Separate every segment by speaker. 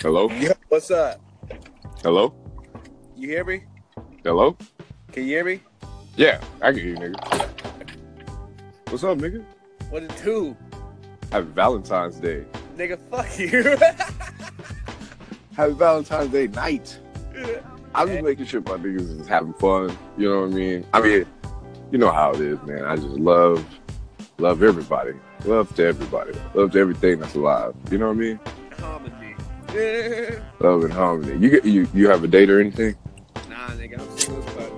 Speaker 1: Hello?
Speaker 2: Yo, what's up?
Speaker 1: Hello?
Speaker 2: You hear me?
Speaker 1: Hello?
Speaker 2: Can you hear me?
Speaker 1: Yeah, I can hear you, nigga. What's up, nigga?
Speaker 2: What it do?
Speaker 1: Happy Valentine's Day.
Speaker 2: Nigga, fuck you.
Speaker 1: Happy Valentine's Day night. I'm
Speaker 2: Hey.
Speaker 1: just making sure my niggas is having fun. You know what I mean? I mean, you know how it is, man. I just love, love everybody. Love to everybody. Love to everything that's alive. You know what I mean?
Speaker 2: Comedy.
Speaker 1: Love and harmony. You get you you have a date or anything?
Speaker 2: nah, nigga, I'm single as fuck.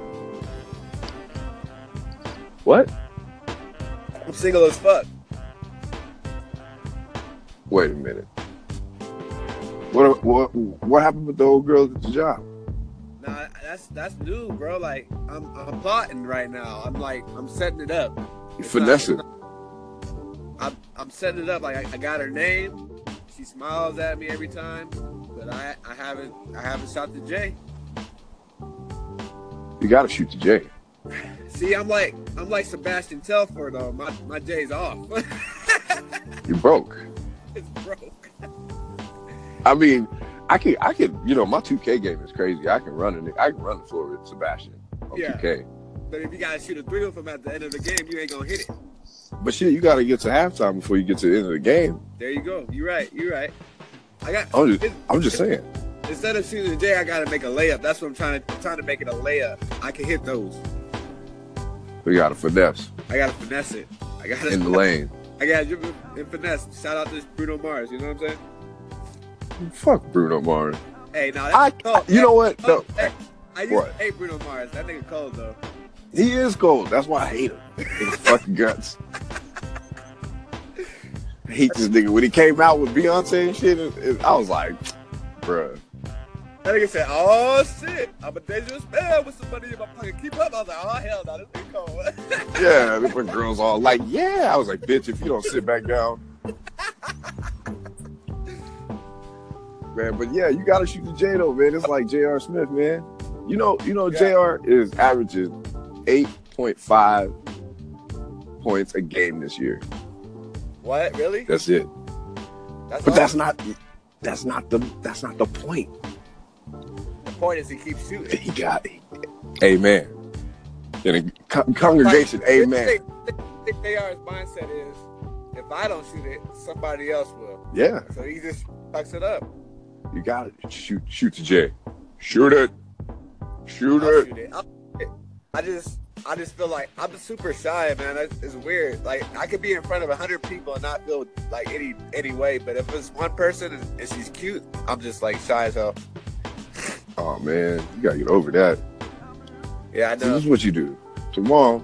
Speaker 1: What?
Speaker 2: I'm single as fuck.
Speaker 1: Wait a minute. What what what happened with the old girls at the job?
Speaker 2: Nah, that's that's new, bro. Like, I'm I'm plotting right now. I'm like, I'm setting it up.
Speaker 1: You
Speaker 2: It's not-
Speaker 1: finessing.
Speaker 2: I'm I'm setting it up. Like, I, I got her name. She smiles at me every time, but I I haven't I haven't shot the J.
Speaker 1: You gotta shoot the J.
Speaker 2: See, I'm like I'm like Sebastian Telford though. My my J's off.
Speaker 1: You broke.
Speaker 2: it's broke.
Speaker 1: I mean, I can, I can, you know, my 2K game is crazy. I can run and I can run the floor with Sebastian on
Speaker 2: Yeah.
Speaker 1: 2K.
Speaker 2: But if you gotta shoot a three of them at the end of the game, you ain't gonna hit it.
Speaker 1: But shit, you gotta get to halftime before you get to the end of the game.
Speaker 2: There you go. You're right. You're right. I got
Speaker 1: I'm just, I'm just saying.
Speaker 2: instead of shooting a J, I gotta make a layup. That's what I'm trying to. I'm trying to make it a layup. I can hit those.
Speaker 1: We gotta finesse
Speaker 2: I gotta finesse it. I gotta.
Speaker 1: in the lane.
Speaker 2: I gotta dribble and finesse. Shout out to Bruno Mars. You know what I'm saying?
Speaker 1: Fuck Bruno Mars.
Speaker 2: Hey, now
Speaker 1: I,
Speaker 2: that's cold.
Speaker 1: you know what?
Speaker 2: Hey,
Speaker 1: No,
Speaker 2: hey, I used
Speaker 1: What?
Speaker 2: to hate Bruno Mars. That nigga cold though.
Speaker 1: he is cold. That's why I hate him. His fucking guts. I hate this nigga. When he came out with Beyonce and shit, it- it- I was like, bruh.
Speaker 2: That nigga said, "Oh shit, I'm a dangerous man with some money in my pocket. Keep up." I was like, "Oh hell, no, this nigga cold."
Speaker 1: Yeah, the girls all like, yeah. I was like, bitch, if you don't sit back down. man, but yeah, you gotta shoot the J though, man. It's like J.R. Smith, man. You know, you know,
Speaker 2: Yeah.
Speaker 1: J.R. is averages 8.5 points a game this year.
Speaker 2: what? Really?
Speaker 1: That's it.
Speaker 2: That's
Speaker 1: But
Speaker 2: all.
Speaker 1: that's not that's not the that's not the point.
Speaker 2: the point is he keeps shooting.
Speaker 1: He got Amen. In a con- congregation, amen.
Speaker 2: I think they are. His mindset is, if I don't shoot it, somebody else will.
Speaker 1: Yeah,
Speaker 2: So he just fucks it up.
Speaker 1: you gotta shoot shoot the J. Shoot it. Shoot
Speaker 2: I'll
Speaker 1: it.
Speaker 2: shoot it. I'll shoot it. I just, I just feel like I'm super shy, man. That's- It's weird. Like I could be in front of hundred people and not feel like any any way. But if it's one person and, and she's cute, I'm just like shy as hell.
Speaker 1: Oh man, you gotta get over that.
Speaker 2: Yeah, I
Speaker 1: So
Speaker 2: know.
Speaker 1: this is what you do. Tomorrow,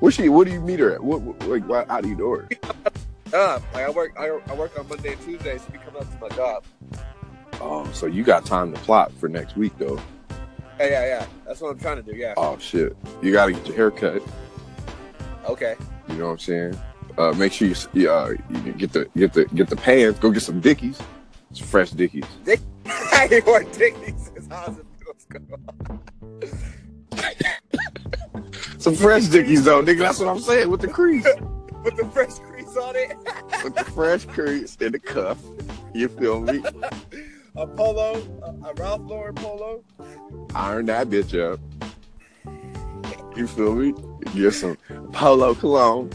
Speaker 1: where she? What do you meet her at? What, what like why, how do you know her?
Speaker 2: Uh, like I work, I, I work on Monday and Tuesday. She be coming up to my job.
Speaker 1: Oh, so you got time to plot for next week though.
Speaker 2: Yeah, yeah, yeah. That's what I'm trying to do. Yeah.
Speaker 1: Oh shit, you gotta get your hair cut.
Speaker 2: Okay.
Speaker 1: You know what I'm saying? Uh, make sure you, s- you, uh, you get the get the get the pants. Go get some dickies. It's fresh dickies.
Speaker 2: I ain't wore Dickies since I was in middle school.
Speaker 1: Some fresh dickies though, nigga. That's what I'm saying with the crease,
Speaker 2: With the fresh crease on it,
Speaker 1: with the fresh crease and the cuff. You feel me?
Speaker 2: a polo, a, a Ralph Lauren polo.
Speaker 1: iron that bitch up. You feel me? Get some polo cologne.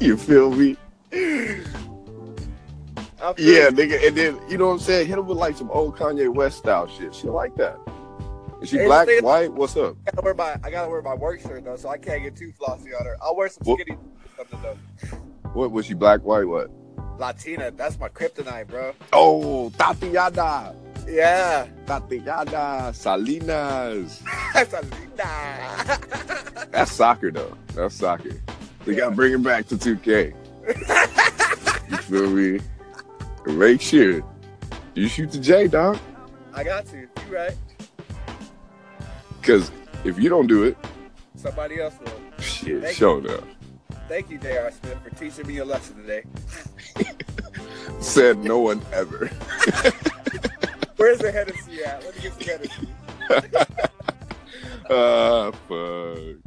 Speaker 1: you feel me?
Speaker 2: I feel
Speaker 1: Yeah,
Speaker 2: you.
Speaker 1: nigga. And then you know what I'm saying? Hit him with like some old Kanye West style shit. She like that. Is she
Speaker 2: Hey,
Speaker 1: black,
Speaker 2: nigga.
Speaker 1: white? What's up?
Speaker 2: I gotta wear my I gotta wear my work shirt though, so I can't get too flossy on her. I'll wear some
Speaker 1: Wha-
Speaker 2: skinny or something though.
Speaker 1: What was she black, white, what?
Speaker 2: Latina, that's my kryptonite, bro.
Speaker 1: Oh, Tatiana.
Speaker 2: Yeah,
Speaker 1: Tatiana. Salinas.
Speaker 2: that's a linda.
Speaker 1: That's soccer though. That's soccer. We gotta bring it back to 2K. you feel me? Make sure you shoot the J, dog.
Speaker 2: I got to. You right?
Speaker 1: Cause if you don't do it,
Speaker 2: Somebody else will.
Speaker 1: shit,
Speaker 2: Thank
Speaker 1: show up.
Speaker 2: Thank you, J.R. Smith, for teaching me a lesson today.
Speaker 1: Said no one ever.
Speaker 2: Where's the Hennessy at? Let me get some Hennessy.
Speaker 1: Ah, fuck.